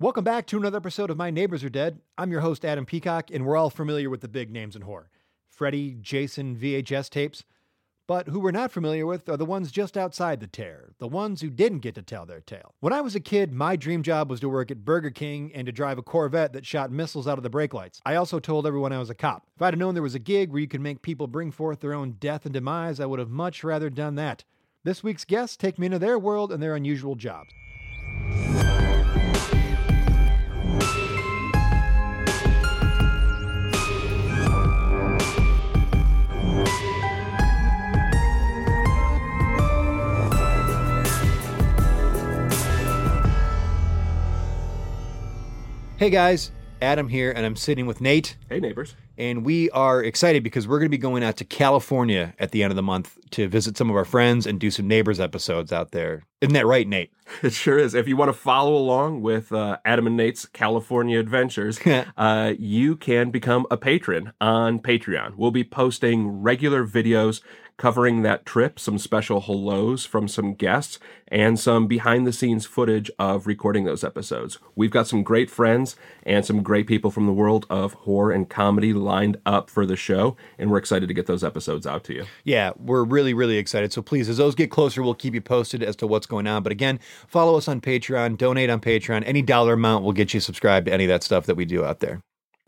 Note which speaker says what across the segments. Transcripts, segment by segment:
Speaker 1: Welcome back to another episode of My Neighbors Are Dead. I'm your host, Adam Peacock, and we're all familiar with the big names in horror Freddy, Jason, VHS tapes. But who we're not familiar with are the ones just outside the terror, the ones who didn't get to tell their tale. When I was a kid, my dream job was to work at Burger King and to drive a Corvette that shot missiles out of the brake lights. I also told everyone I was a cop. If I'd have known there was a gig where you could make people bring forth their own death and demise, I would have much rather done that. This week's guests take me into their world and their unusual jobs. Hey guys, Adam here, and I'm sitting with Nate,
Speaker 2: Hey, neighbors.
Speaker 1: and we are excited because we're going to be going out to California at the end of the month to visit some of our friends and do some neighbors episodes out there. Isn't that right, Nate?
Speaker 2: It sure is. If you want to follow along with uh, Adam and Nate's California adventures, uh, you can become a patron on Patreon. We'll be posting regular videos covering that trip, some special hellos from some guests, and some behind the scenes footage of recording those episodes. We've got some great friends and some great people from the world of horror and comedy lined up for the show, and we're excited to get those episodes out to you.
Speaker 1: Yeah, we're really, really excited. So please, as those get closer, we'll keep you posted as to what's going on. But again, follow us on Patreon, donate on Patreon. Any dollar amount will get you subscribed to any of that stuff that we do out there.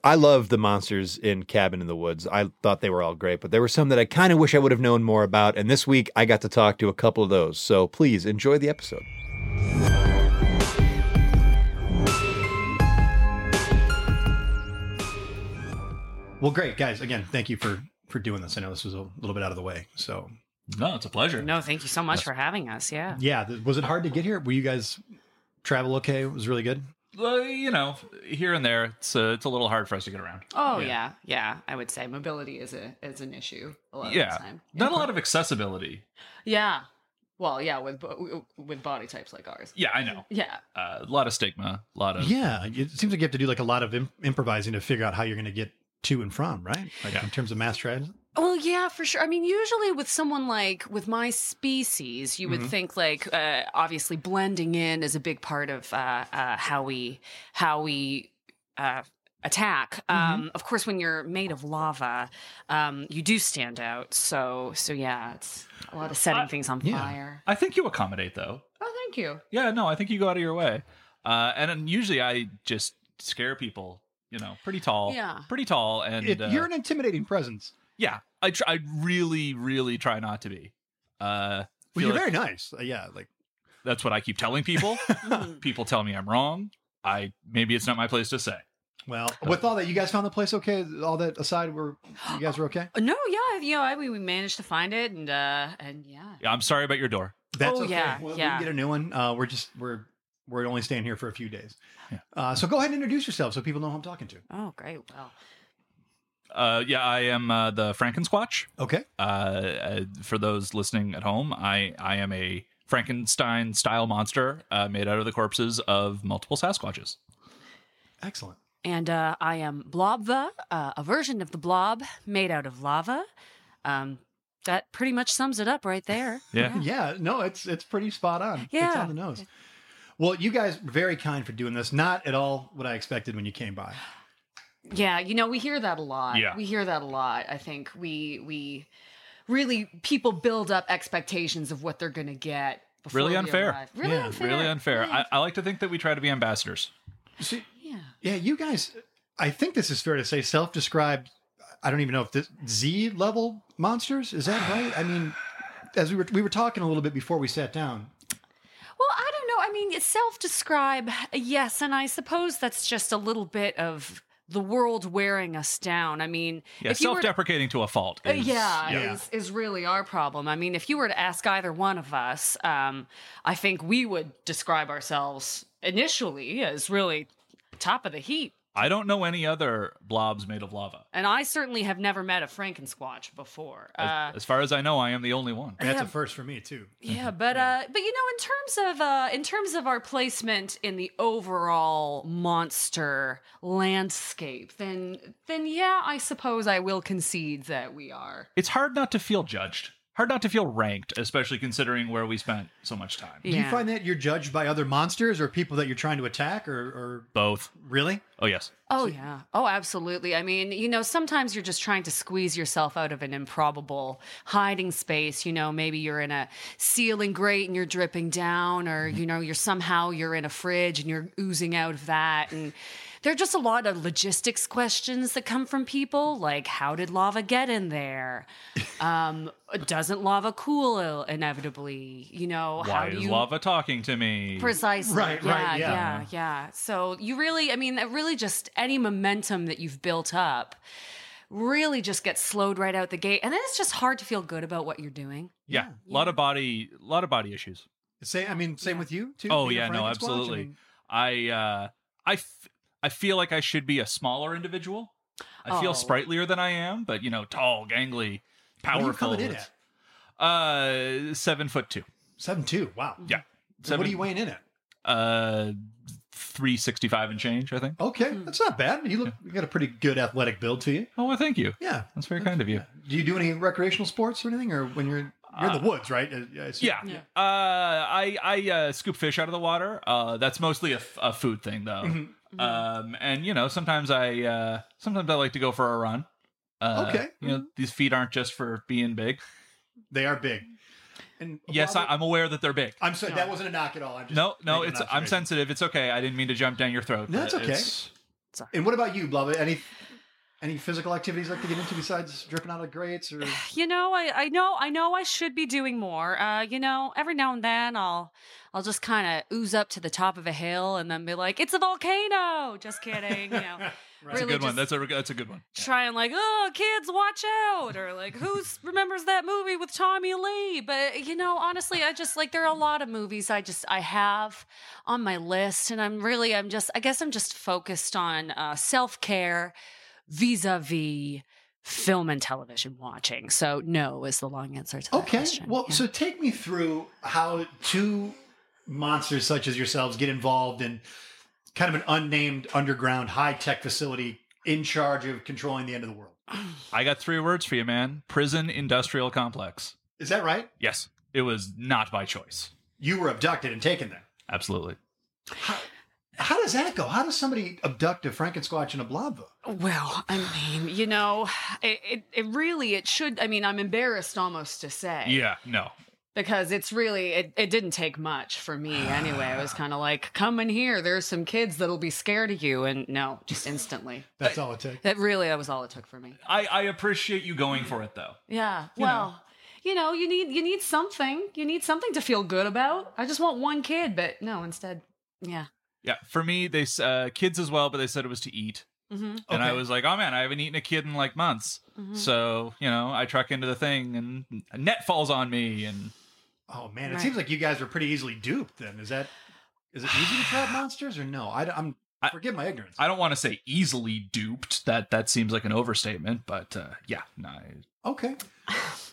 Speaker 1: I love the monsters in Cabin in the Woods. I thought they were all great, but there were some that I kind of wish I would have known more about. And this week, I got to talk to a couple of those. So please enjoy the episode. Well, great guys. Again, thank you for for doing this. I know this was a little bit out of the way. So
Speaker 3: No, it's a pleasure.
Speaker 4: No, thank you so much for having us. Yeah.
Speaker 1: Yeah, th- was it hard to get here? Were you guys travel okay? It was really good.
Speaker 3: Uh, you know, here and there, it's uh, it's a little hard for us to get around.
Speaker 4: Oh
Speaker 3: Yeah.
Speaker 4: yeah. yeah, I would say mobility is a is an issue a lot of
Speaker 3: yeah,
Speaker 4: the time.
Speaker 3: not a lot of accessibility.
Speaker 4: Yeah. Well, yeah, with bo- with body types like ours.
Speaker 3: Yeah, I know.
Speaker 4: Yeah.
Speaker 3: Uh, a lot of stigma. A lot of
Speaker 1: Yeah, it seems like you have to do like a lot of imp- improvising to figure out how you're going to get to and from, right? Like
Speaker 3: Yeah.
Speaker 1: in terms of mass transit.
Speaker 4: Well, yeah, for sure. I mean, usually with someone like with my species, you would
Speaker 3: Mm-hmm.
Speaker 1: Mhm.
Speaker 4: think like uh, obviously blending in is a big part of uh, uh, how we how we uh, attack.
Speaker 3: Mm-hmm.
Speaker 4: Um, of course, when you're made of lava, um, you do stand out. So so yeah, it's a lot of setting
Speaker 3: I-
Speaker 4: things on
Speaker 1: yeah.
Speaker 4: fire.
Speaker 3: I think you accommodate though.
Speaker 4: Oh, thank you.
Speaker 3: Yeah, no, I think you go out of your way. Uh, and then usually I just scare people. You know, pretty tall.
Speaker 4: Yeah.
Speaker 3: pretty tall. And
Speaker 1: It-
Speaker 3: uh,
Speaker 1: you're an intimidating presence.
Speaker 3: yeah, I tr- I really really try not to be. Uh,
Speaker 1: Well,
Speaker 3: feel
Speaker 1: you're
Speaker 3: like
Speaker 1: very nice. Uh, yeah, like
Speaker 3: that's what I keep telling people.
Speaker 4: Mhm.
Speaker 3: people tell me I'm wrong. I maybe it's not my place to say.
Speaker 1: well,
Speaker 3: Oh.
Speaker 1: with all that, you guys found the place okay. All that aside, were you guys were okay?
Speaker 4: Uh, No, yeah, you know, I, we, we managed to find it, and uh, and yeah,
Speaker 3: Yeah, I'm sorry about your door.
Speaker 1: That's
Speaker 4: Oh,
Speaker 1: okay.
Speaker 4: yeah,
Speaker 1: Well,
Speaker 4: yeah.
Speaker 1: We can get a new one. Uh, we're just we're we're only staying here for a few days.
Speaker 3: Yeah.
Speaker 1: Uh, so go ahead and introduce yourself so people know who I'm talking to.
Speaker 4: oh great, well,
Speaker 3: Uh, yeah, I am uh, the Franken Squatch.
Speaker 1: Okay.
Speaker 3: Uh, uh, for those listening at home, I, I am a Frankenstein style monster uh, made out of the corpses of multiple Sasquatches.
Speaker 1: Excellent.
Speaker 4: and uh, I am Blobva, uh, a version of the blob made out of lava. Um, that pretty much sums it up right there.
Speaker 3: Yeah.
Speaker 1: Yeah, no, it's it's pretty spot on. it's
Speaker 4: Oh. Yeah.
Speaker 1: on the nose. Well, you guys were very kind for doing this. Not at all what I expected when you came by.
Speaker 4: Yeah, you know, we hear that a lot.
Speaker 3: Yeah.
Speaker 4: We hear that a lot. I think we we really people build up expectations of what they're going to get. Before
Speaker 3: Really
Speaker 4: we
Speaker 3: unfair.
Speaker 4: arrive. Really
Speaker 1: Yeah.
Speaker 4: unfair.
Speaker 3: Really unfair. I, I like to think that we try to be ambassadors.
Speaker 1: See,
Speaker 4: yeah.
Speaker 1: yeah, you guys. I think this is fair to say self-described. I don't even know if this Z level monsters is that right? I mean, as we were we were talking a little bit before we sat down.
Speaker 4: Well, I don't know. I mean, self describe, yes. And I suppose that's just a little bit of the world wearing us down. I mean,
Speaker 3: Yeah,
Speaker 4: if you
Speaker 3: self
Speaker 4: were to-
Speaker 3: deprecating to a fault.
Speaker 4: Uh,
Speaker 3: is-
Speaker 4: yeah,
Speaker 1: yeah.
Speaker 4: Is, is really our problem. I mean, if you were to ask either one of us, um, I think we would describe ourselves initially as really top of the heap.
Speaker 3: I don't know any other blobs made of lava.
Speaker 4: And I certainly have never met a Frankensquatch before.
Speaker 3: As,
Speaker 4: Uh,
Speaker 3: as far as I know, I am the only one.
Speaker 1: That's a first for me too.
Speaker 4: Yeah, but uh but you know in terms of uh in terms of our placement in the overall monster landscape, then then yeah, I suppose I will concede that we are.
Speaker 3: It's hard not to feel judged. hard not to feel ranked, especially considering where we spent so much time.
Speaker 5: Do
Speaker 4: Yeah.
Speaker 5: you find that you're judged by other monsters or people that you're trying to attack or, or
Speaker 3: Both.
Speaker 5: really?
Speaker 3: Oh yes.
Speaker 4: Oh yeah. Oh, absolutely. I mean, you know, sometimes you're just trying to squeeze yourself out of an improbable hiding space. You know, maybe you're in a ceiling grate and you're dripping down, or
Speaker 3: Mm-hmm.
Speaker 4: you know, you're somehow you're in a fridge and you're oozing out of that. And there are just a lot of logistics questions that come from people, like how did lava get in there? Um, doesn't lava cool inevitably? You know, how
Speaker 3: Why
Speaker 4: do
Speaker 3: is
Speaker 4: you
Speaker 3: lava talking to me?
Speaker 4: Precisely.
Speaker 5: Right,
Speaker 4: yeah,
Speaker 5: right, yeah.
Speaker 4: yeah, yeah, So you really, I mean, that really just any momentum that you've built up really just gets slowed right out the gate. And then it's just hard to feel good about what you're doing.
Speaker 3: yeah. A lot of body a lot of body issues.
Speaker 5: Say, I mean, same
Speaker 4: Yeah.
Speaker 5: with you too.
Speaker 3: Oh,
Speaker 5: being a
Speaker 3: yeah, no,
Speaker 5: Franken-squatch? I
Speaker 3: absolutely.
Speaker 5: mean,
Speaker 3: I uh, I f- I feel like I should be a smaller individual. I
Speaker 4: Oh.
Speaker 3: feel sprightlier than I am, but you know, tall, gangly,
Speaker 5: what are you
Speaker 3: powerful.
Speaker 5: coming in
Speaker 3: It's-
Speaker 5: at?
Speaker 3: Uh, seven foot two.
Speaker 5: Seven two. Wow.
Speaker 4: Mm-hmm.
Speaker 3: Yeah.
Speaker 5: So
Speaker 3: Seven,
Speaker 5: what are you weighing in at?
Speaker 3: Uh, three sixty-five and change, I think.
Speaker 5: Okay,
Speaker 4: Hmm.
Speaker 5: that's not bad. You look, you got a pretty good athletic build to you.
Speaker 3: Oh, well, thank you.
Speaker 5: Yeah.
Speaker 3: That's very kind of you.
Speaker 5: Do you do any recreational sports or anything, or when you're you're in the woods, right? Uh, I assume-
Speaker 3: Yeah. Uh, I I uh, scoop fish out of the water. Uh, that's mostly a, f- a food thing though.
Speaker 5: Mm-hmm.
Speaker 3: Um, and you know, sometimes I uh, sometimes I like to go for a run. Uh,
Speaker 5: Okay. Mm-hmm.
Speaker 3: You know, these feet aren't just for being big.
Speaker 5: They are big. And
Speaker 3: Yes, I, I'm aware that they're big.
Speaker 5: I'm sorry, that wasn't a knock at all. I'm just
Speaker 3: No, no,
Speaker 5: making an
Speaker 3: it's I'm
Speaker 5: observation.
Speaker 3: sensitive. It's okay. I didn't mean to jump down your throat.
Speaker 5: No, that's
Speaker 3: Uh,
Speaker 5: okay.
Speaker 3: it's-
Speaker 5: And what about you, Blava? Any any physical activities you like to get into besides dripping out of grates or
Speaker 4: You know, I, I know, I know I should be doing more. Uh, you know, every now and then I'll, I'll just kind of ooze up to the top of a hill and then be like, it's a volcano. Just kidding. You know,
Speaker 3: That's a
Speaker 4: Really
Speaker 3: good one.
Speaker 4: just-
Speaker 3: That's a that's a good one.
Speaker 4: try and like, oh, kids, watch out, or like, who remembers that movie with Tommy Lee? But you know, honestly, I just like there are a lot of movies I just I have on my list, and I'm really, I'm just, I guess I'm just focused on uh, self care vis-a-vis film and television watching. So no is the long answer to that
Speaker 5: Okay.
Speaker 4: question.
Speaker 5: Well,
Speaker 4: Yeah.
Speaker 5: so take me through how two monsters such as yourselves get involved in kind of an unnamed underground high tech facility in charge of controlling the end of the world.
Speaker 3: I got three words for you, man. Prison industrial complex.
Speaker 5: Is that right?
Speaker 3: Yes, it was not by choice.
Speaker 5: You were abducted and taken there.
Speaker 3: Absolutely.
Speaker 5: How does that go? How does somebody abduct a Franken-squatch and a Blava?
Speaker 4: Well, I mean, you know, it, it, it really, it should, I mean, I'm embarrassed almost to say.
Speaker 3: Yeah. No.
Speaker 4: because it's really it, it didn't take much for me anyway i was kind of like come in here there's some kids that'll be scared of you and no just instantly
Speaker 5: That's all it takes.
Speaker 4: that really that was all it took for me
Speaker 3: I I appreciate you going for it though.
Speaker 4: yeah well you know you need you need something you need something to feel good about i just want one kid but no instead yeah
Speaker 3: Yeah. For me, they s- uh, kids as well, but they said it was to eat,
Speaker 4: mm-hmm.
Speaker 3: and I
Speaker 5: Okay.
Speaker 3: was like, oh man, I haven't eaten a kid in like months. So you know, I truck into the thing, and a net falls on me, and
Speaker 5: Oh man, it
Speaker 4: Right.
Speaker 5: seems like you guys were pretty easily duped. Then is that is it easy to trap monsters or no? I, am
Speaker 3: I-
Speaker 5: forgive my ignorance.
Speaker 3: I don't want to say easily duped. That that seems like an overstatement, but uh, yeah, no, I-
Speaker 5: okay,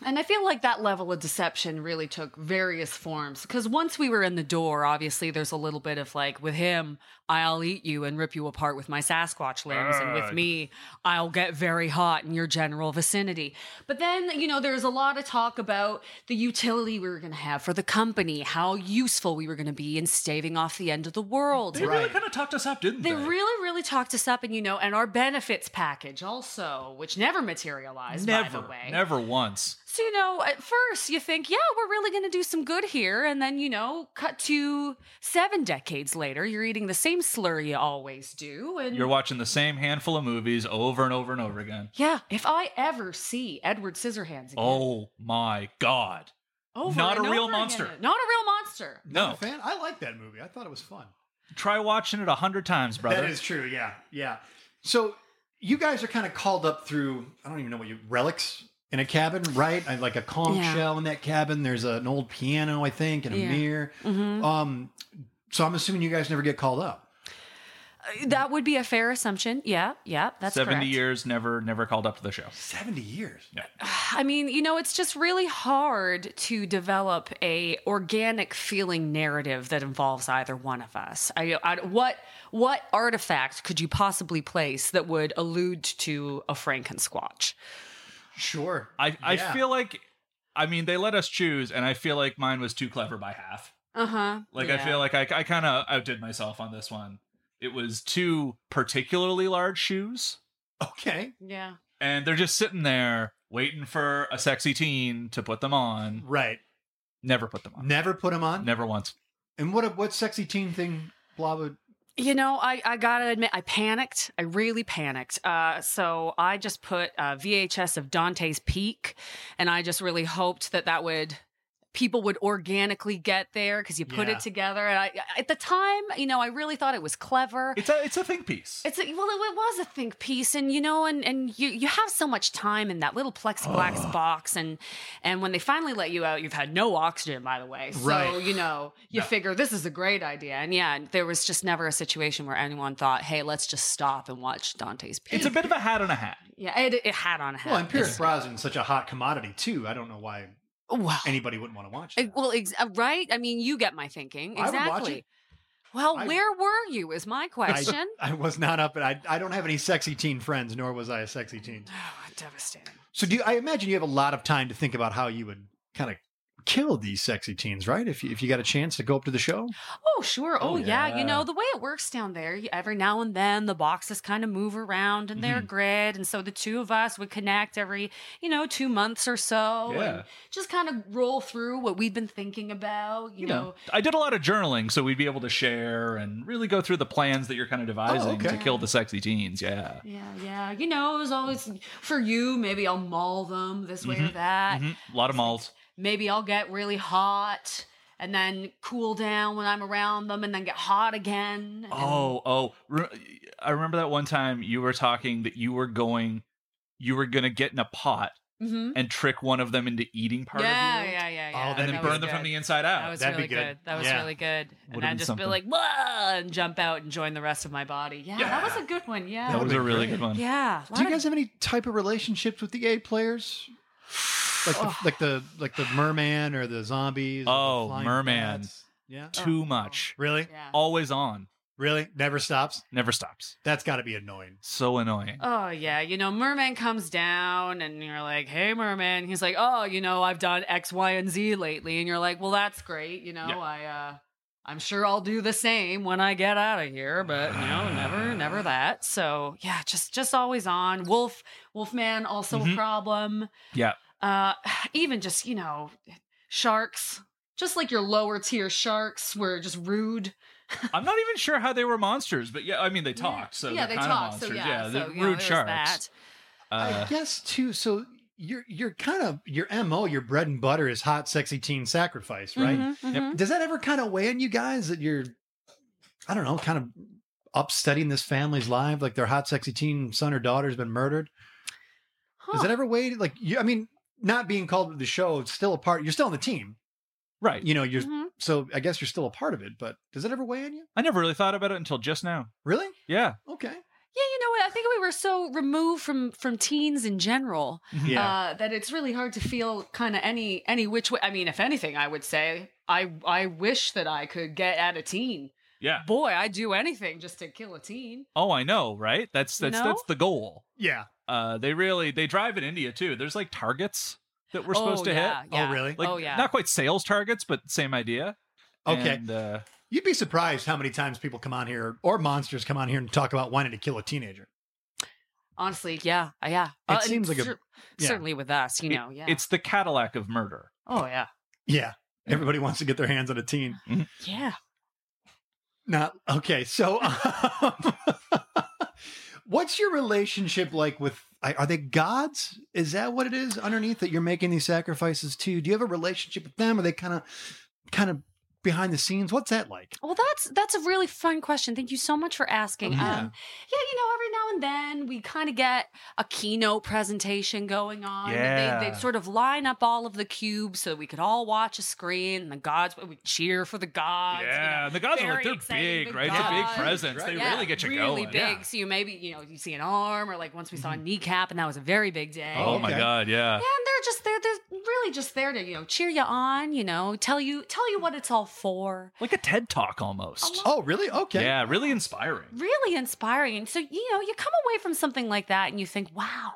Speaker 4: And I feel like that level of deception really took various forms because once we were in the door, obviously there's a little bit of like, with him, I'll eat you and rip you apart with my Sasquatch limbs, and with
Speaker 3: Ah.
Speaker 4: me, I'll get very hot in your general vicinity. But then, you know, there's a lot of talk about the utility we were going to have for the company, how useful we were going to be in staving off the end of the world.
Speaker 3: They really
Speaker 5: Right.
Speaker 3: kind of talked us up, didn't they?
Speaker 4: They really, really talked us up, and you know, and our benefits package also, which never materialized, by
Speaker 3: never,
Speaker 4: the way.
Speaker 3: never once.
Speaker 4: So, you know, at first you think, yeah, we're really going to do some good here. And then, you know, cut to seven decades later, you're eating the same slurry you always do. And
Speaker 3: You're watching the same handful of movies over and over and over again.
Speaker 4: yeah, if I ever see Edward Scissorhands again,
Speaker 3: Oh my god!
Speaker 4: over
Speaker 3: not
Speaker 4: and
Speaker 3: a real
Speaker 4: over again,
Speaker 3: monster.
Speaker 4: not a real monster.
Speaker 5: Not
Speaker 3: No,
Speaker 5: a fan. I like that movie. I thought it was fun.
Speaker 3: try watching it a hundred times, brother.
Speaker 5: That is true. Yeah, yeah. So you guys are kind of called up through I don't even know what you relics in a cabin, right? I, like a conch
Speaker 4: Yeah.
Speaker 5: shell in that cabin. There's an old piano, I think, and a
Speaker 4: Yeah. Mm-hmm.
Speaker 5: mirror. Um, so I'm assuming you guys never get called up.
Speaker 4: Uh, That would be a fair assumption. Yeah, yeah, that's
Speaker 3: Seventy
Speaker 4: correct.
Speaker 3: years, never, never called up to the show.
Speaker 5: Seventy years.
Speaker 4: I mean, you know, it's just really hard to develop a organic feeling narrative that involves either one of us. I, I what what artifact could you possibly place that would allude to a Franken squatch?
Speaker 5: Sure.
Speaker 3: I, I
Speaker 5: Yeah.
Speaker 3: feel like I mean, they let us choose, and I feel like mine was too clever by half.
Speaker 4: Uh huh.
Speaker 3: Like I feel like I, I kind of outdid myself on this one. It was two particularly large shoes,
Speaker 5: Okay.
Speaker 4: Yeah.
Speaker 3: and they're just sitting there waiting for a sexy teen to put them on.
Speaker 5: Right.
Speaker 3: Never put them on.
Speaker 5: Never put him on.
Speaker 3: Never once.
Speaker 5: And what what sexy teen thing? Blah blah.
Speaker 4: You know, I, I gotta admit, I panicked. I really panicked. Uh, so I just put uh, VHS of Dante's Peak, and I just really hoped that that would people would organically get there because you put
Speaker 5: Yeah.
Speaker 4: it together. And I, at the time, you know, I really thought it was clever.
Speaker 3: It's a it's a think piece.
Speaker 4: It's a, well, it, it was a think piece, and you know, and and you you have so much time in that little plexiglass box, and and when they finally let you out, you've had no oxygen, by the way. So
Speaker 5: Right.
Speaker 4: you know, you
Speaker 3: No.
Speaker 4: figure this is a great idea, and yeah, there was just never a situation where anyone thought, hey, let's just stop and watch Dante's Peak.
Speaker 3: It's a bit of a hat and a hat.
Speaker 4: yeah, it, it had on a hat.
Speaker 5: Well, and Pierce
Speaker 4: It's-
Speaker 5: Brosnan's such a hot commodity too. I don't know why
Speaker 4: Wow.
Speaker 5: anybody wouldn't want to watch.
Speaker 4: It-
Speaker 5: That.
Speaker 4: well, ex- uh, right? I mean, you get my thinking
Speaker 5: I would
Speaker 4: exactly.
Speaker 5: watch it.
Speaker 4: Well,
Speaker 5: I-
Speaker 4: where were you? Is my question.
Speaker 5: I was not up, and I I don't have any sexy teen friends, nor was I a sexy teen.
Speaker 4: oh, devastating.
Speaker 5: So do you, I imagine you have a lot of time to think about how you would kind of kill these sexy teens, right? If you, if you got a chance to go up to the show,
Speaker 4: Oh, sure. Oh,
Speaker 3: Oh,
Speaker 4: yeah. You
Speaker 3: yeah.
Speaker 4: know, the way it works down there, you- every now and then the boxes kind of move around
Speaker 3: Mm-hmm.
Speaker 4: and they're grid. And so the two of us would connect every, you know, two months or so
Speaker 3: Yeah.
Speaker 4: and just kind of roll through what we'd been thinking about, you,
Speaker 3: You
Speaker 4: know.
Speaker 3: know, I did a lot of journaling, so we'd be able to share and really go through the plans that you're
Speaker 4: Oh,
Speaker 3: kind of devising to
Speaker 5: okay.
Speaker 3: kill the sexy teens. Yeah.
Speaker 4: Yeah, yeah. You know, it was always for you. Maybe I'll maul them this way or that.
Speaker 3: Mhm. A lot of malls.
Speaker 4: Maybe I'll get really hot and then cool down when I'm around them and then get hot again. and-
Speaker 3: Oh, oh! Re- I remember that one time you were talking that you were going, you were gonna get in a pot
Speaker 4: Mhm.
Speaker 3: and trick one of them into eating part
Speaker 4: yeah,
Speaker 3: of you,
Speaker 4: yeah, yeah,
Speaker 5: Oh,
Speaker 4: yeah.
Speaker 5: that'd
Speaker 3: and
Speaker 5: be
Speaker 3: then
Speaker 4: was
Speaker 3: burn them from
Speaker 4: good.
Speaker 3: the inside
Speaker 4: That
Speaker 3: out.
Speaker 4: was
Speaker 5: Oh, That'd be
Speaker 4: really good.
Speaker 5: good.
Speaker 4: That was
Speaker 5: Yeah.
Speaker 4: really good. and
Speaker 3: Would've
Speaker 4: I'd
Speaker 3: been
Speaker 4: just
Speaker 3: something.
Speaker 4: be like, Whoa, and jump out and join the rest of my body. Yeah,
Speaker 3: Yeah.
Speaker 4: that was a good one. Yeah.
Speaker 3: that was
Speaker 5: would've
Speaker 3: a
Speaker 5: been
Speaker 3: really
Speaker 5: great.
Speaker 3: good one.
Speaker 4: yeah.
Speaker 5: do you guys have any type of relationships with the gay players? Like the, like the like the merman or the zombies. or the
Speaker 3: Oh,
Speaker 5: flying
Speaker 3: merman.
Speaker 5: bats? Yeah.
Speaker 3: Too much,
Speaker 5: Really?
Speaker 4: yeah.
Speaker 3: always on,
Speaker 5: Really? Never stops.
Speaker 3: never stops.
Speaker 5: That's got to be annoying.
Speaker 3: So annoying.
Speaker 4: Oh yeah, you know, Merman comes down and you're like, "Hey, Merman." He's like, "Oh, you know, I've done X, Y, and Z lately," and you're like, "Well, that's great. You know,
Speaker 3: Yeah.
Speaker 4: I, uh, I'm sure I'll do the same when I get out of here, but you know, never, never that." So yeah, just, just always on. Wolf, Wolfman also a
Speaker 3: Mhm.
Speaker 4: problem.
Speaker 3: Yeah.
Speaker 4: Uh, even just you know, sharks. Just like your lower tier sharks were just rude.
Speaker 3: I'm not even sure how they were monsters, but yeah, I mean they
Speaker 4: Yeah.
Speaker 3: talked, so
Speaker 4: yeah,
Speaker 3: they're
Speaker 4: they
Speaker 3: kind of
Speaker 4: talk. So
Speaker 3: monsters.
Speaker 4: yeah,
Speaker 3: yeah,
Speaker 4: so,
Speaker 3: the
Speaker 4: you know,
Speaker 3: rude
Speaker 4: there's
Speaker 3: sharks.
Speaker 4: that.
Speaker 5: I
Speaker 3: Uh,
Speaker 5: guess too. So your your kind of your mo, your bread and butter is hot, sexy teen sacrifice, right?
Speaker 4: Mhm,
Speaker 3: Yep.
Speaker 4: mhm.
Speaker 5: Does that ever kind of weigh on you guys that you're, I don't know, kind of upsetting this family's life, like their hot, sexy teen son or daughter's been murdered?
Speaker 4: mm-hmm. Huh.
Speaker 5: Does that ever weigh? Like, you, I mean, not being called to the show, it's still a part. You're still on the team,
Speaker 3: right. Mm-hmm.
Speaker 5: you know. You're
Speaker 4: Mhm.
Speaker 5: so I guess you're still a part of it. But does it ever weigh on you?
Speaker 3: I never really thought about it until just now.
Speaker 5: Really?
Speaker 3: Yeah.
Speaker 5: Okay.
Speaker 3: Uh,
Speaker 4: Yeah, you know what? I think we were so removed from from teens in general uh, that it's really hard to feel kind of any any which way. I mean, if anything, I would say I I wish that I could get at a teen.
Speaker 3: Yeah.
Speaker 4: Boy, I'd do anything just to kill a teen.
Speaker 3: Oh, I know, right? That's
Speaker 4: You
Speaker 3: that's
Speaker 4: know?
Speaker 3: that's the goal.
Speaker 5: yeah.
Speaker 3: Uh, they really they drive in India too. There's like targets that we're supposed
Speaker 4: oh,
Speaker 3: to
Speaker 4: yeah,
Speaker 3: hit.
Speaker 4: Yeah.
Speaker 5: Oh, really?
Speaker 3: Like,
Speaker 4: oh yeah.
Speaker 3: Not quite sales targets, but same idea.
Speaker 5: Okay.
Speaker 3: And, uh,
Speaker 5: You'd be surprised how many times people come on here or monsters come on here and talk about wanting to kill a teenager.
Speaker 4: Honestly, yeah, uh, yeah.
Speaker 5: It
Speaker 4: and
Speaker 5: seems like a-
Speaker 4: cer-
Speaker 5: yeah.
Speaker 4: certainly with us, you
Speaker 3: it-
Speaker 4: know. Yeah.
Speaker 3: It's the Cadillac of murder.
Speaker 4: oh yeah.
Speaker 5: Yeah. Everybody wants to get their hands on a teen.
Speaker 4: Yeah.
Speaker 5: Not okay. So, um, what's your relationship like with? I- Are they gods? Is that what it is underneath that you're making these sacrifices to? Do you have a relationship with them? Are they kind of, kind of behind the scenes? What's that like?
Speaker 4: Well, that's that's a really fun question. Thank you so much for asking.
Speaker 3: Oh,
Speaker 5: Yeah.
Speaker 4: Um, yeah, you know, every now and then we kind of get a keynote presentation going on.
Speaker 3: Yeah.
Speaker 4: They, they sort of line up all of the cubes so we could all watch a screen. And the gods, we cheer for the gods. you know.
Speaker 3: and the gods are
Speaker 4: very
Speaker 3: like they're
Speaker 4: exciting,
Speaker 3: big,
Speaker 4: big
Speaker 3: right? It's a
Speaker 4: gods.
Speaker 3: big presence.
Speaker 5: Right.
Speaker 3: They
Speaker 4: Yeah,
Speaker 3: really get you
Speaker 4: really
Speaker 3: going. Mm-hmm.
Speaker 4: big. So you maybe you know you see an arm or like once we saw a kneecap and that was a very big day.
Speaker 3: Oh my
Speaker 5: Okay.
Speaker 3: god, yeah.
Speaker 4: Yeah, and they're just there. They're really just there to you know cheer you on. You know, tell you tell you what it's all for.
Speaker 3: Like a TED talk almost.
Speaker 5: Oh, really? Okay.
Speaker 3: Yeah, really inspiring.
Speaker 4: really inspiring. And so, you know, you come away from something like that and you think, wow,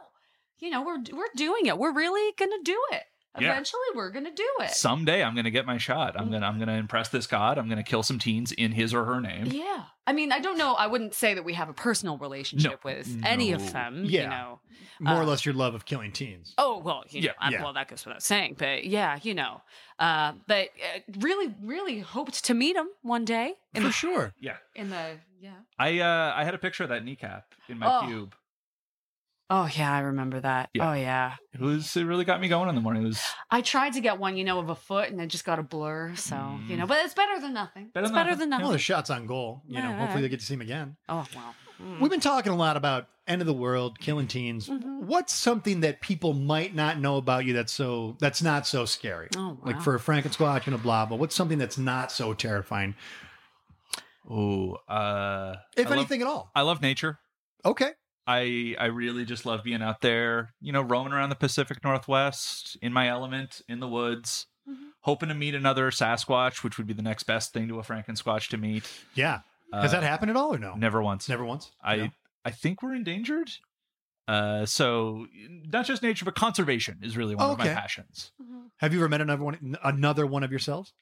Speaker 4: you know, we're we're doing it. We're really going to do it.
Speaker 3: Yeah.
Speaker 4: Eventually, we're gonna do it.
Speaker 3: Someday I'm gonna get my shot. I'm gonna I'm gonna impress this god. I'm gonna kill some teens in his or her name.
Speaker 4: yeah, I mean, I don't know. I wouldn't say that we have a personal relationship with any
Speaker 3: No.
Speaker 4: of them.
Speaker 5: Yeah.
Speaker 4: You know.
Speaker 5: More or
Speaker 4: Uh,
Speaker 5: less your love of killing teens.
Speaker 4: Oh well, you
Speaker 3: Yeah,
Speaker 4: know, I-
Speaker 5: yeah.
Speaker 4: well that goes without saying, but yeah, you know, uh, but uh, really, really hoped to meet him one day in
Speaker 5: For
Speaker 4: the
Speaker 5: sure.
Speaker 4: in the yeah.
Speaker 3: I uh I had a picture of that kneecap in my
Speaker 4: Oh.
Speaker 3: cube.
Speaker 4: Oh yeah, I remember that.
Speaker 3: Yeah.
Speaker 4: Oh yeah,
Speaker 3: It was it really got me going in the morning. It was
Speaker 4: I tried to get one, you know, of a foot, and it just got a blur. So
Speaker 3: Mm.
Speaker 4: you know, but it's better than nothing.
Speaker 3: Better
Speaker 4: it's
Speaker 3: than
Speaker 4: better
Speaker 3: nothing.
Speaker 4: than
Speaker 5: Well, the
Speaker 4: nothing.
Speaker 5: shot's on goal. You know,
Speaker 4: Yeah.
Speaker 5: hopefully they get to see him again.
Speaker 4: Oh well. Mm.
Speaker 5: We've been talking a lot about end of the world, killing teens.
Speaker 4: Mhm.
Speaker 5: What's something that people might not know about you that's so that's not so scary?
Speaker 4: Oh, wow.
Speaker 5: Like for a Franken Squatch and a blah blah. What's something that's not so terrifying,
Speaker 3: oh uh
Speaker 5: if
Speaker 3: I love-
Speaker 5: anything at all?
Speaker 3: I love nature.
Speaker 5: Okay,
Speaker 3: I I really just love being out there, you know, roaming around the Pacific Northwest in my element in the woods,
Speaker 4: Mhm.
Speaker 3: hoping to meet another Sasquatch, which would be the next best thing to a Franken Squatch to meet.
Speaker 5: yeah. Has
Speaker 3: Uh,
Speaker 5: that happened at all or no?
Speaker 3: Never once.
Speaker 5: Never once.
Speaker 3: I
Speaker 5: No?
Speaker 3: I think we're endangered. Uh, so not just nature, but conservation is really one of
Speaker 5: Okay.
Speaker 3: my passions.
Speaker 4: Mhm.
Speaker 5: have you ever met another one? Another one of yourselves?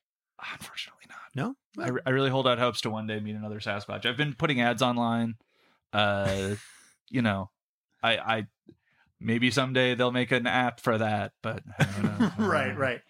Speaker 3: Unfortunately, not.
Speaker 5: No.
Speaker 3: I, re- I really hold out hopes to one day meet another Sasquatch. I've been putting ads online. Uh, you know, I I maybe someday they'll make an app for that, but I don't know.
Speaker 5: right, right.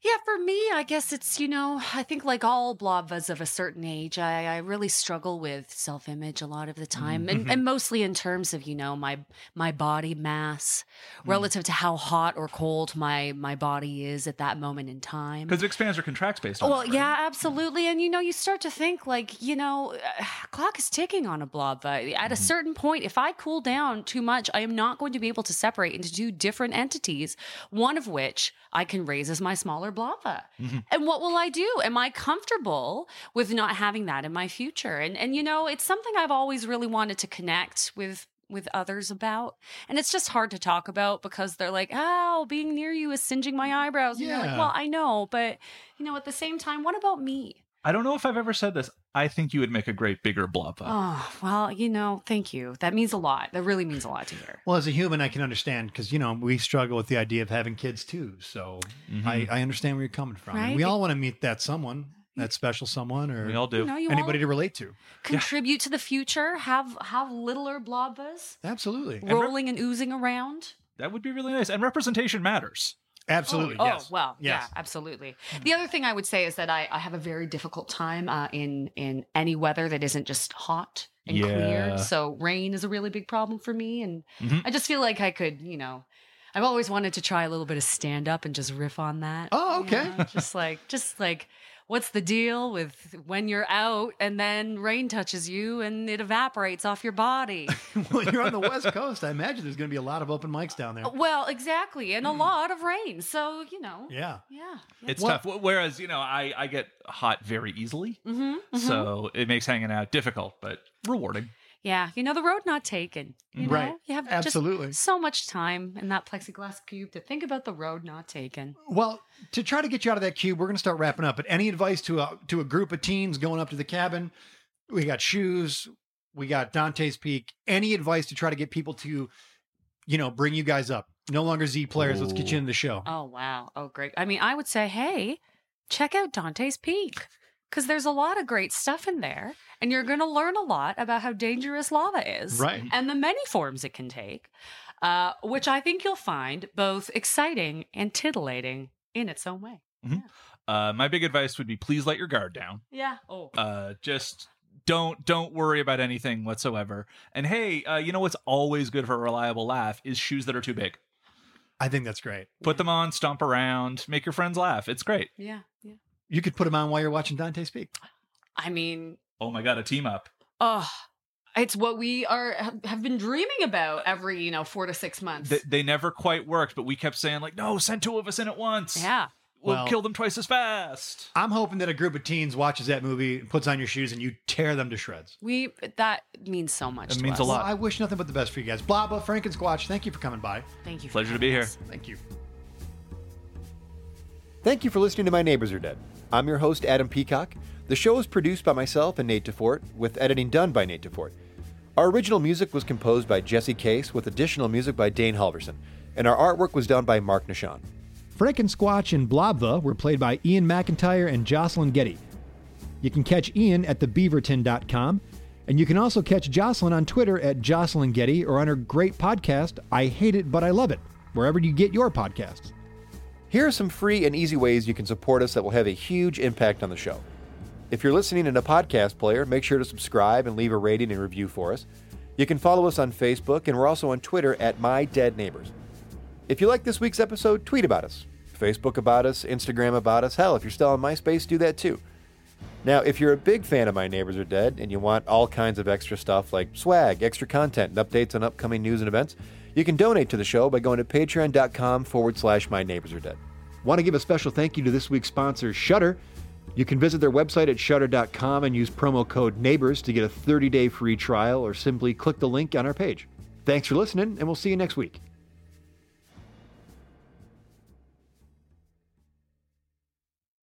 Speaker 4: Yeah, for me, I guess it's, you know, I think like all blobvas of a certain age, I, I really struggle with self image a lot of the time.
Speaker 3: Mm. Mm-hmm.
Speaker 4: And, and mostly in terms of, you know, my my body mass
Speaker 3: Mm.
Speaker 4: relative to how hot or cold my my body is at that moment in time.
Speaker 3: Because it expands or contracts based on.
Speaker 4: Well,
Speaker 3: that, right?
Speaker 4: yeah, absolutely. And you know, you start to think like, you know, uh, clock is ticking on a blob. But
Speaker 3: Mm-hmm.
Speaker 4: at a certain point, if I cool down too much, I am not going to be able to separate into two different entities, one of which I can raise as my smaller blobva. And what will I do? Am I comfortable with not having that in my future? And and you know, it's something I've always really wanted to connect with with others about. And it's just hard to talk about because they're like, oh, being near you is singeing my eyebrows. And you're
Speaker 5: Yeah.
Speaker 4: like, well, I know, but you know, at the same time, what about me?
Speaker 3: I don't know if I've ever said this. I think you would make a great bigger blob.
Speaker 4: Oh, well, you know, thank you. That means a lot. That really means a lot to hear.
Speaker 5: Well, as a human, I can understand because you know we struggle with the idea of having kids too. So I,
Speaker 3: Mm-hmm.
Speaker 5: I understand where you're coming from. And
Speaker 4: Right?
Speaker 5: we all want to meet that someone, that special someone, or
Speaker 3: Mm-hmm. we all do.
Speaker 4: You know, you
Speaker 5: anybody
Speaker 4: all
Speaker 5: to relate to.
Speaker 4: contribute to the future, have have littler blobbas
Speaker 5: Absolutely,
Speaker 3: rep-
Speaker 4: rolling and oozing around.
Speaker 3: That would be really nice. And representation matters.
Speaker 5: absolutely.
Speaker 4: Oh,
Speaker 5: yes.
Speaker 4: oh well,
Speaker 5: Yes. Mm-hmm.
Speaker 4: yeah, absolutely. The other thing I would say is that I, I have a very difficult time uh, in in any weather that isn't just hot and
Speaker 3: Yeah.
Speaker 4: clear. So rain is a really big problem for me, and
Speaker 5: Mm-hmm.
Speaker 3: Mhm.
Speaker 4: I just feel like I could, you know, I've always wanted to try a little bit of stand up and just riff on that.
Speaker 5: Oh,
Speaker 4: you
Speaker 5: okay.
Speaker 4: know, just like just like. What's the deal with when you're out and then rain touches you and it evaporates off your body?
Speaker 5: oh. well, you're on the West Coast. I imagine there's going to be a lot of open mics down there.
Speaker 4: well, exactly, and a lot of rain. So you know,
Speaker 5: Mm. Yeah.
Speaker 4: yeah, yeah.
Speaker 3: It's
Speaker 5: Well-
Speaker 3: tough. Wh- Whereas, you know, I, I get hot very easily.
Speaker 4: Mhm,
Speaker 3: Mm-hmm.
Speaker 4: mhm.
Speaker 3: So it makes hanging out difficult, but rewarding.
Speaker 4: Yeah, you know the road not taken. You
Speaker 5: Right.
Speaker 4: know? You have
Speaker 5: Absolutely.
Speaker 4: just so much time in that plexiglass cube to think about the road not taken.
Speaker 5: Well, to try to get you out of that cube, we're going to start wrapping up. But any advice to a to a group of teens going up to the cabin? We got shoes. We got Dante's Peak. Any advice to try to get people to, you know, bring you guys up? No longer Z players. Let's get you into the show.
Speaker 4: Oh wow. Oh great. I mean, I would say, hey, check out Dante's Peak. Because there's a lot of great stuff in there, and you're going to learn a lot about how dangerous lava is.
Speaker 5: Right.
Speaker 4: And the many forms it can take, uh, which I think you'll find both exciting and titillating in its own way.
Speaker 3: Uh, my big advice would be please let your guard down.
Speaker 4: Yeah. Oh.
Speaker 3: Uh, just don't don't worry about anything whatsoever. And hey, uh, you know what's always good for a reliable laugh is shoes that are too big.
Speaker 5: I think that's great.
Speaker 3: Put them on, stomp around, make your friends laugh. It's great.
Speaker 4: Yeah. Yeah.
Speaker 5: You could put them on while you're watching Dante's Peak.
Speaker 4: I mean,
Speaker 3: Oh my god, a team up.
Speaker 4: Oh, it's what we are have- have been dreaming about every you know four to six months.
Speaker 3: They, they never quite worked, but we kept saying like, no, send two of us in at once.
Speaker 4: yeah,
Speaker 3: we'll,
Speaker 5: Well-
Speaker 3: kill them twice as fast.
Speaker 5: I'm hoping that a group of teens watches that movie, puts on your shoes, and you tear them to shreds.
Speaker 4: we that means so much.
Speaker 3: It
Speaker 4: to
Speaker 3: means
Speaker 4: us.
Speaker 3: a lot.
Speaker 5: Well, I wish nothing but the best for you guys. Blah blah. Frank and Squatch. Thank you for coming by.
Speaker 4: Thank you. For
Speaker 3: Pleasure to be
Speaker 4: having
Speaker 3: here.
Speaker 4: us.
Speaker 5: Thank you.
Speaker 1: Thank you for listening to My Neighbors Are Dead. I'm your host, Adam Peacock. The show is produced by myself and Nate DeFort, with editing done by Nate DeFort. Our original music was composed by Jesse Case, with additional music by Dane Halverson. and our artwork was done by Mark Nishan.
Speaker 5: Frank and Squatch and Blobva were played by Ian McIntyre and Jocelyn Getty. You can catch Ian at thebeaverton.com, and you can also catch Jocelyn on Twitter at Jocelyn Getty or on her great podcast, I Hate It But I Love It, wherever you get your podcasts.
Speaker 1: Here are some free and easy ways you can support us that will have a huge impact on the show. If you're listening in a podcast player, make sure to subscribe and leave a rating and review for us. You can follow us on Facebook, and we're also on Twitter at My Dead Neighbors. If you like this week's episode, tweet about us. Facebook about us, Instagram about us. Hell, if you're still on MySpace, do that too. Now, if you're a big fan of My Neighbors Are Dead and you want all kinds of extra stuff like swag, extra content, and updates on upcoming news and events, you can donate to the show by going to patreon.com forward slash My Neighbors Are Dead. Want to give a special thank you to this week's sponsor, Shutter. You can visit their website at shutter.com and use promo code NEIGHBORS to get a 30 day free trial or simply click the link on our page. Thanks for listening, and we'll see you next week.